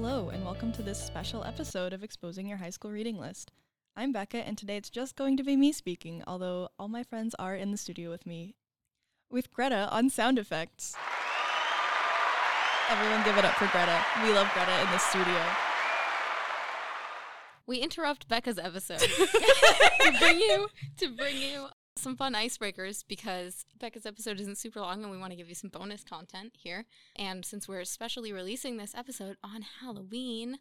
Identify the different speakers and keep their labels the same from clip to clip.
Speaker 1: welcome to this special episode of Exposing Your High School Reading List. I'm Becca, and today it's just going to be me speaking, although all my friends are in the studio with me. With Greta on sound effects. Everyone give it up for Greta. We love Greta in the studio.
Speaker 2: We interrupt Becca's episode to bring you to bring you some fun icebreakers because Becca's episode isn't super long and we want to give you some bonus content here. And since we're especially releasing this episode on Halloween,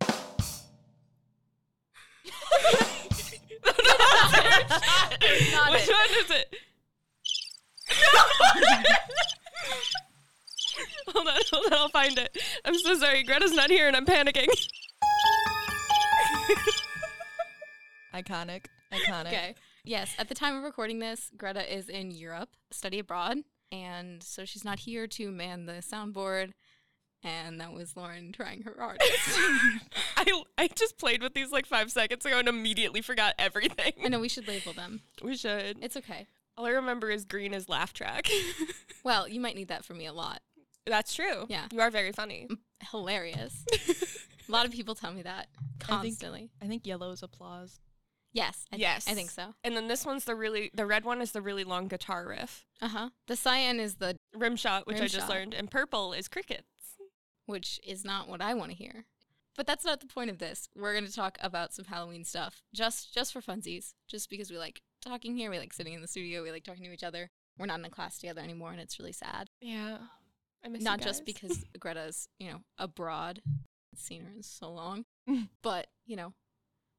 Speaker 2: not
Speaker 3: Which
Speaker 2: it.
Speaker 3: one is it? hold on, hold on, I'll find it. I'm so sorry. Greta's not here and I'm panicking.
Speaker 1: Iconic. Iconic.
Speaker 2: okay. Yes, at the time of recording this, Greta is in Europe, study abroad, and so she's not here to man the soundboard. And that was Lauren trying her hardest.
Speaker 3: I, I just played with these like five seconds ago and immediately forgot
Speaker 2: I
Speaker 3: everything.
Speaker 2: know we should label them.
Speaker 3: We should.
Speaker 2: It's okay.
Speaker 3: All I remember is green is laugh track.
Speaker 2: Well, you might need that for me a lot.
Speaker 3: That's true.
Speaker 2: Yeah.
Speaker 3: You are very funny.
Speaker 2: Hilarious. a lot of people tell me that constantly.
Speaker 1: I think yellow is applause.
Speaker 2: yes. I thi-
Speaker 3: Yes.
Speaker 2: I think so.
Speaker 3: And then this one's the really, the red one is the really long guitar riff.
Speaker 2: Uh huh. The cyan is the,
Speaker 3: Rim shot, which I
Speaker 2: Rim
Speaker 3: just
Speaker 2: shot.
Speaker 3: learned. And purple is crickets.
Speaker 2: which is not what I want to hear. But that's not the point of this. We're going to talk about some Halloween stuff just just for funsies, just because we like talking here. We like sitting in the studio. We like talking to each other. We're not in a class together anymore, and it's really sad.
Speaker 3: Yeah. I miss you
Speaker 2: not just
Speaker 3: guys.
Speaker 2: because Greta's, you know, abroad. I've seen her in so long.
Speaker 3: Mm.
Speaker 2: but, you know,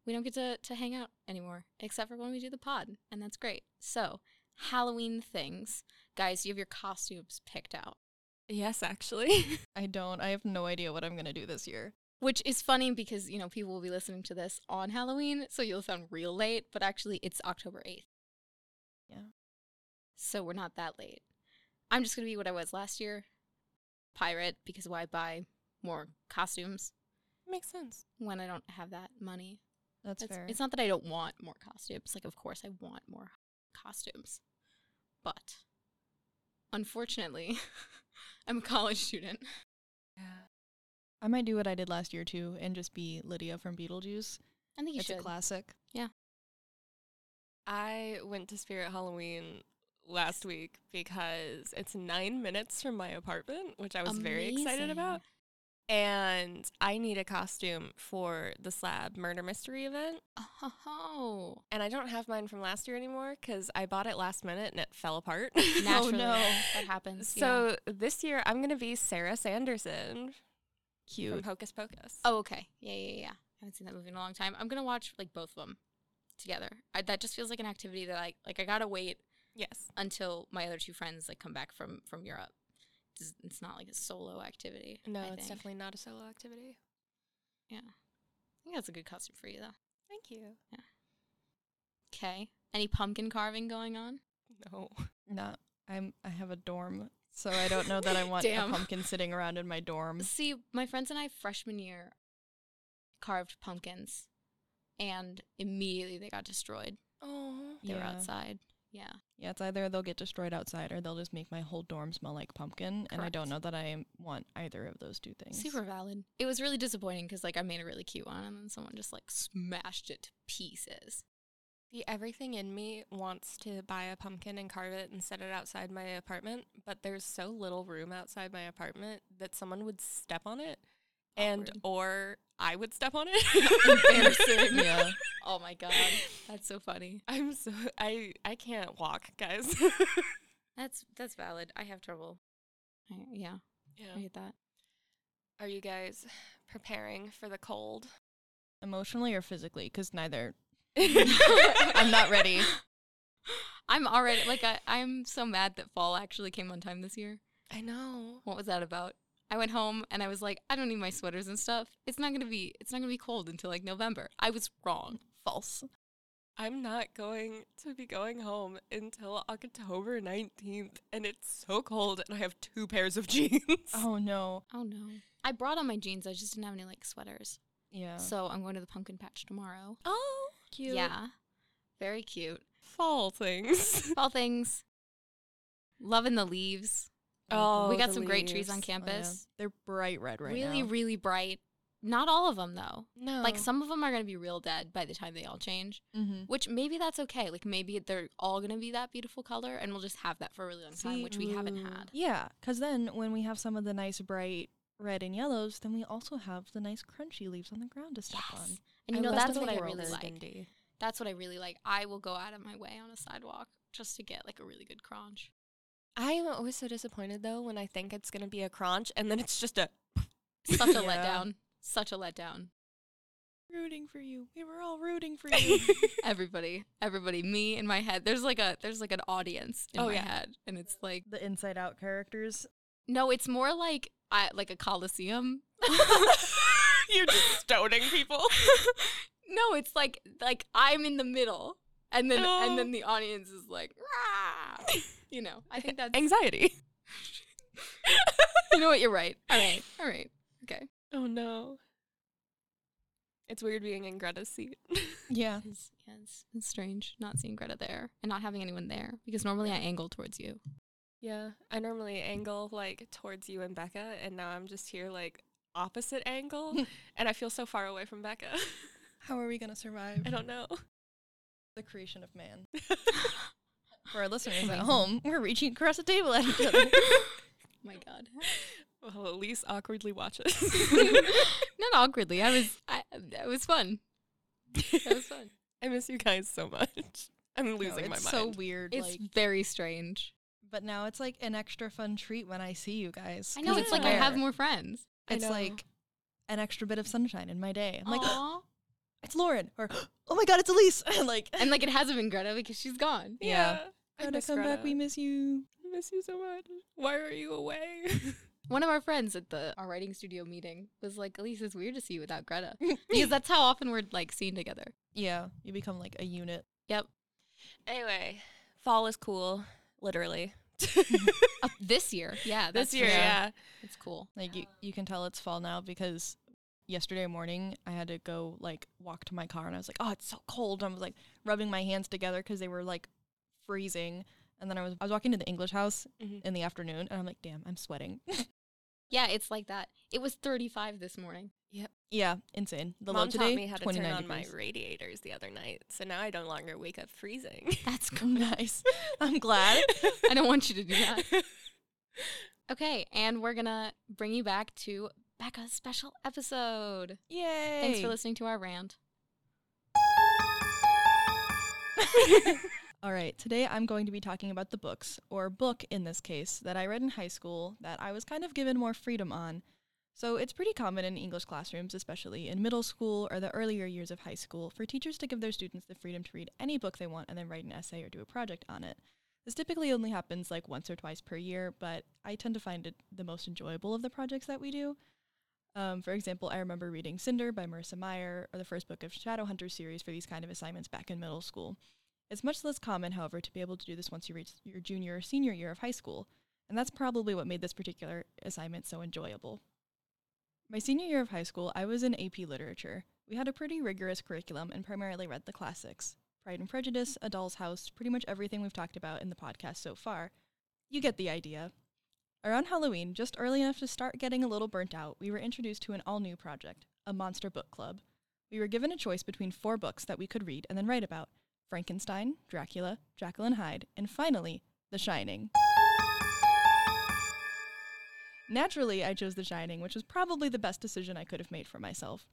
Speaker 2: we don't get to, to hang out anymore, except for when we do the pod, and that's great. So, Halloween things. Guys, you have your costumes picked out,
Speaker 3: Yes, actually.
Speaker 1: I don't. I have no idea what I'm going to do this year.
Speaker 2: which is funny because, you know, people will be listening to this on Halloween, so you'll sound real late, but actually, it's October 8th.
Speaker 1: Yeah.
Speaker 2: So, we're not that late. I'm just going to be what I was last year pirate, because why buy more costumes?
Speaker 3: Makes sense.
Speaker 2: when I don't have that money.
Speaker 1: That's
Speaker 2: It's-
Speaker 1: fair.
Speaker 2: It's not that I don't want more costumes. Like, of course, I want more costumes. But unfortunately, I'm a college student.
Speaker 1: I might do what I did last year too and just be Lydia from Beetlejuice.
Speaker 2: I think you
Speaker 1: it's
Speaker 2: should.
Speaker 1: a classic.
Speaker 3: I went to Spirit Halloween last week because it's nine minutes from my apartment, which I was very excited about. And I need a costume for the slab murder mystery event.
Speaker 2: Oh,
Speaker 3: And I don't have mine from last year anymore because I bought it last minute and it fell apart. Oh,
Speaker 2: naturally,
Speaker 1: no.
Speaker 2: that happens. yeah.
Speaker 3: so this year I'm going to be Sarah Sanderson from
Speaker 1: Cute.
Speaker 3: Hocus Pocus.
Speaker 2: oh, okay, yeah, yeah, yeah. I haven't seen that movie in a long time. I'm gonna watch like both of them together. I, that just feels like an activity that I like. I gotta wait
Speaker 3: yes.
Speaker 2: until my other two friends like come back from from Europe. It's, it's not like a solo activity.
Speaker 3: No,
Speaker 2: I
Speaker 3: it's
Speaker 2: think.
Speaker 3: definitely not a solo activity.
Speaker 2: I think that's a good costume for you, though.
Speaker 3: Thank you.
Speaker 2: Okay. Any pumpkin carving going on?
Speaker 3: No.
Speaker 1: Not. I'm. I have a dorm, so I don't know that I want a
Speaker 2: Damn.
Speaker 1: pumpkin sitting around in my dorm.
Speaker 2: See, my friends and I, freshman year, carved pumpkins and immediately they got destroyed.
Speaker 3: Oh.
Speaker 2: They were
Speaker 1: Yeah.
Speaker 2: outside. Yeah.
Speaker 1: Yeah, it's either they'll get destroyed outside or they'll just make my whole dorm smell like pumpkin, and I don't
Speaker 2: Correct.
Speaker 1: know that I want either of those two things.
Speaker 2: Super valid. It was really disappointing because, like, I made a really cute one and then someone just, like, smashed it to pieces.
Speaker 3: The everything in me wants to buy a pumpkin and carve it and set it outside my apartment, but there's so little room outside my apartment that someone would step on it and
Speaker 2: Awkward.
Speaker 3: or I would step on it.
Speaker 2: Embarrassing.
Speaker 1: yeah.
Speaker 2: Oh my God. That's so funny.
Speaker 3: I'm so I I can't walk, guys.
Speaker 2: That's that's valid. I have trouble. I, yeah, I get that.
Speaker 3: Are you guys preparing for the cold?
Speaker 1: Emotionally or physically? Because neither.
Speaker 3: I'm
Speaker 1: I'm not ready.
Speaker 2: I'm already, like, I, I'm so mad that fall actually came on time this year.
Speaker 3: I know.
Speaker 2: What was that about? I went home and I was like, I don't need my sweaters and stuff. It's not gonna be it's not gonna be cold until like November. I was wrong.
Speaker 1: False.
Speaker 3: I'm not going to be going home until October 19th and it's so cold and I have two pairs of jeans.
Speaker 1: Oh no.
Speaker 2: Oh no. I brought on my jeans, I just didn't have any like sweaters.
Speaker 1: Yeah.
Speaker 2: So I'm going to the pumpkin patch tomorrow.
Speaker 3: oh cute.
Speaker 2: Yeah. Very cute.
Speaker 3: fall things.
Speaker 2: Fall things. Loving the leaves.
Speaker 3: Oh,
Speaker 2: we got
Speaker 3: the
Speaker 2: some great trees
Speaker 3: leaves.
Speaker 2: on
Speaker 3: Oh, yeah.
Speaker 1: Oh, yeah.
Speaker 2: campus.
Speaker 1: They're bright red right
Speaker 2: really,
Speaker 1: now.
Speaker 2: really bright. Not all of them though.
Speaker 3: No.
Speaker 2: Like some of them are going to be real dead by the time they all change,
Speaker 1: Mm-hmm.
Speaker 2: which maybe that's okay. Like maybe they're all going to be that beautiful color and we'll just have that for a really long time,
Speaker 3: See,
Speaker 2: which we haven't
Speaker 3: ooh.
Speaker 2: had.
Speaker 1: Yeah, because then when we have some of the nice bright red and yellows, then we also have the nice crunchy leaves on the ground to step
Speaker 2: Yes.
Speaker 1: on.
Speaker 2: And you
Speaker 1: I
Speaker 2: know
Speaker 1: love
Speaker 2: that's
Speaker 1: the
Speaker 2: what I
Speaker 1: color
Speaker 2: really
Speaker 1: red
Speaker 2: like. That's what I really like. I will go out of my way on a sidewalk just to get like a really good crunch.
Speaker 3: I am always so disappointed though when I think it's gonna be a crunch and then it's just a
Speaker 2: Such a
Speaker 1: Yeah.
Speaker 2: letdown. Such a letdown.
Speaker 1: Rooting for you. We were all rooting for you.
Speaker 2: Everybody, everybody, me in my head. There's like a there's like an audience in
Speaker 3: Oh,
Speaker 2: my
Speaker 3: yeah.
Speaker 2: head, and it's like
Speaker 1: the inside out characters.
Speaker 2: no, it's more like I like a coliseum.
Speaker 3: You're just stoning people.
Speaker 2: No, it's like like I'm in the middle, and then
Speaker 3: No.
Speaker 2: and then the audience is like, Rah! you know. I think that's
Speaker 3: Anxiety.
Speaker 2: you know what you're right. All right, all right, okay.
Speaker 3: Oh no. It's weird being in Greta's seat.
Speaker 1: Yeah.
Speaker 2: It's, yeah, it's, it's strange not seeing Greta there and not having anyone there because normally I angle towards you.
Speaker 3: yeah. I normally angle like towards you and Becca, and now I'm just here like opposite angle, and I feel so far away from Becca.
Speaker 1: How are we going to survive
Speaker 3: I don't know.
Speaker 1: the creation of man? For our listeners at home, we're reaching across the table at each other.
Speaker 2: my God,
Speaker 3: Well, Elise awkwardly watches.
Speaker 2: not awkwardly. I was I, it was fun. That was fun.
Speaker 3: I miss you guys so much. I'm losing
Speaker 1: No,
Speaker 3: my
Speaker 1: it's
Speaker 3: mind.
Speaker 1: so weird.
Speaker 2: It's
Speaker 1: like,
Speaker 2: very strange.
Speaker 1: but now it's like an extra fun treat when I see you guys.
Speaker 2: I know
Speaker 1: 'cause
Speaker 2: it's like I have
Speaker 1: rare.
Speaker 2: more friends.
Speaker 3: I
Speaker 1: It's
Speaker 3: know.
Speaker 1: like an extra bit of sunshine in my day. I'm like,
Speaker 2: Aw.
Speaker 1: it's Lauren, or oh my god, it's Elise. like,
Speaker 2: and like it hasn't been Greta because she's gone.
Speaker 1: Yeah.
Speaker 3: I
Speaker 1: Greta,
Speaker 3: miss
Speaker 1: come back.
Speaker 3: Greta.
Speaker 1: We miss you.
Speaker 3: I miss you so much. Why are you away?
Speaker 2: One of our friends at the our writing studio meeting was like, "Elise, it's weird to see you without Greta," because that's how often we're like seen together.
Speaker 1: Yeah, you become like a unit.
Speaker 3: anyway, fall is cool, literally.
Speaker 2: Uh, this year, yeah,
Speaker 3: this
Speaker 2: that's
Speaker 3: year,
Speaker 2: for sure.
Speaker 3: yeah.
Speaker 2: it's cool.
Speaker 1: Like you, you can tell it's fall now because yesterday morning I had to go like walk to my car and I was like, oh, it's so cold. I was like rubbing my hands together because they were like freezing. And then I was I was walking to the English house
Speaker 3: Mhm.
Speaker 1: in the afternoon and I'm like, damn, I'm sweating.
Speaker 2: Yeah, it's like that. It was 35 this morning.
Speaker 1: yeah, insane. The
Speaker 3: Mom
Speaker 1: low today,
Speaker 3: taught me how to turn
Speaker 1: 29
Speaker 3: on my
Speaker 1: degrees.
Speaker 3: radiators the other night, so now I no longer wake up freezing.
Speaker 2: That's cool.
Speaker 1: nice. I'm glad.
Speaker 2: I don't want you to do that. Okay, and we're gonna bring you back to Becca's special episode.
Speaker 1: Yay!
Speaker 2: Thanks for listening to our rant.
Speaker 1: All right, today I'm going to be talking about the books, or book in this case, that I read in high school that I was kind of given more freedom on. So it's pretty common in English classrooms, especially in middle school or the earlier years of high school, for teachers to give their students the freedom to read any book they want and then write an essay or do a project on it. This typically only happens like once or twice per year, but I tend to find it the most enjoyable of the projects that we do. Um, for example, I remember reading Cinder by Marissa Meyer or the first book of Shadowhunter series for these kind of assignments back in middle school. It's much less common, however, to be able to do this once you reach your junior or senior year of high school, and that's probably what made this particular assignment so enjoyable. My senior year of high school, I was in AP Literature. We had a pretty rigorous curriculum and primarily read the classics Pride and Prejudice, A Doll's House, pretty much everything we've talked about in the podcast so far. You get the idea. Around Halloween, just early enough to start getting a little burnt out, we were introduced to an all new project, a monster book club. We were given a choice between four books that we could read and then write about Frankenstein, Dracula, Jacqueline Hyde, and finally, The Shining. Naturally, I chose The Shining, which was probably the best decision I could have made for myself.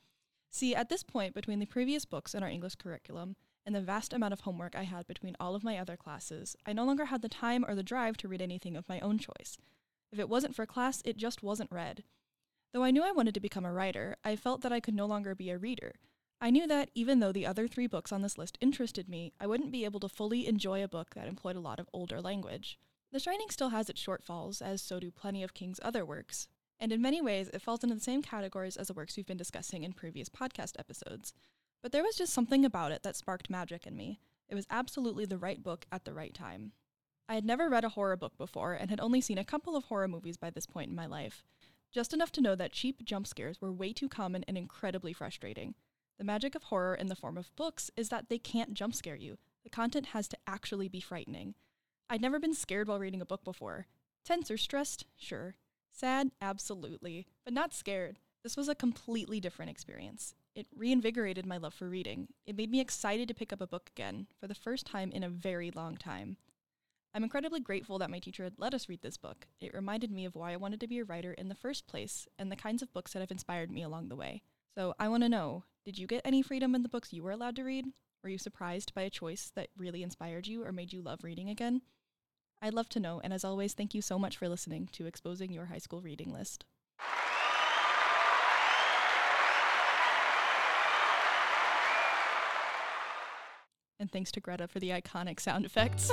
Speaker 1: See, at this point, between the previous books in our English curriculum and the vast amount of homework I had between all of my other classes, I no longer had the time or the drive to read anything of my own choice. If it wasn't for class, it just wasn't read. Though I knew I wanted to become a writer, I felt that I could no longer be a reader. I knew that even though the other three books on this list interested me, I wouldn't be able to fully enjoy a book that employed a lot of older language. The Shining still has its shortfalls, as so do plenty of King's other works, and in many ways it falls into the same categories as the works we've been discussing in previous podcast episodes. But there was just something about it that sparked magic in me. It was absolutely the right book at the right time. I had never read a horror book before and had only seen a couple of horror movies by this point in my life, just enough to know that cheap jump scares were way too common and incredibly frustrating. The magic of horror in the form of books is that they can't jump scare you. The content has to actually be frightening. I'd never been scared while reading a book before. Tense or stressed? Sure. Sad? Absolutely. But not scared. This was a completely different experience. It reinvigorated my love for reading. It made me excited to pick up a book again for the first time in a very long time. I'm incredibly grateful that my teacher had let us read this book. It reminded me of why I wanted to be a writer in the first place and the kinds of books that have inspired me along the way. So I want to know did you get any freedom in the books you were allowed to read? Were you surprised by a choice that really inspired you or made you love reading again? I'd love to know, and as always, thank you so much for listening to Exposing Your High School Reading List. And thanks to Greta for the iconic sound effects.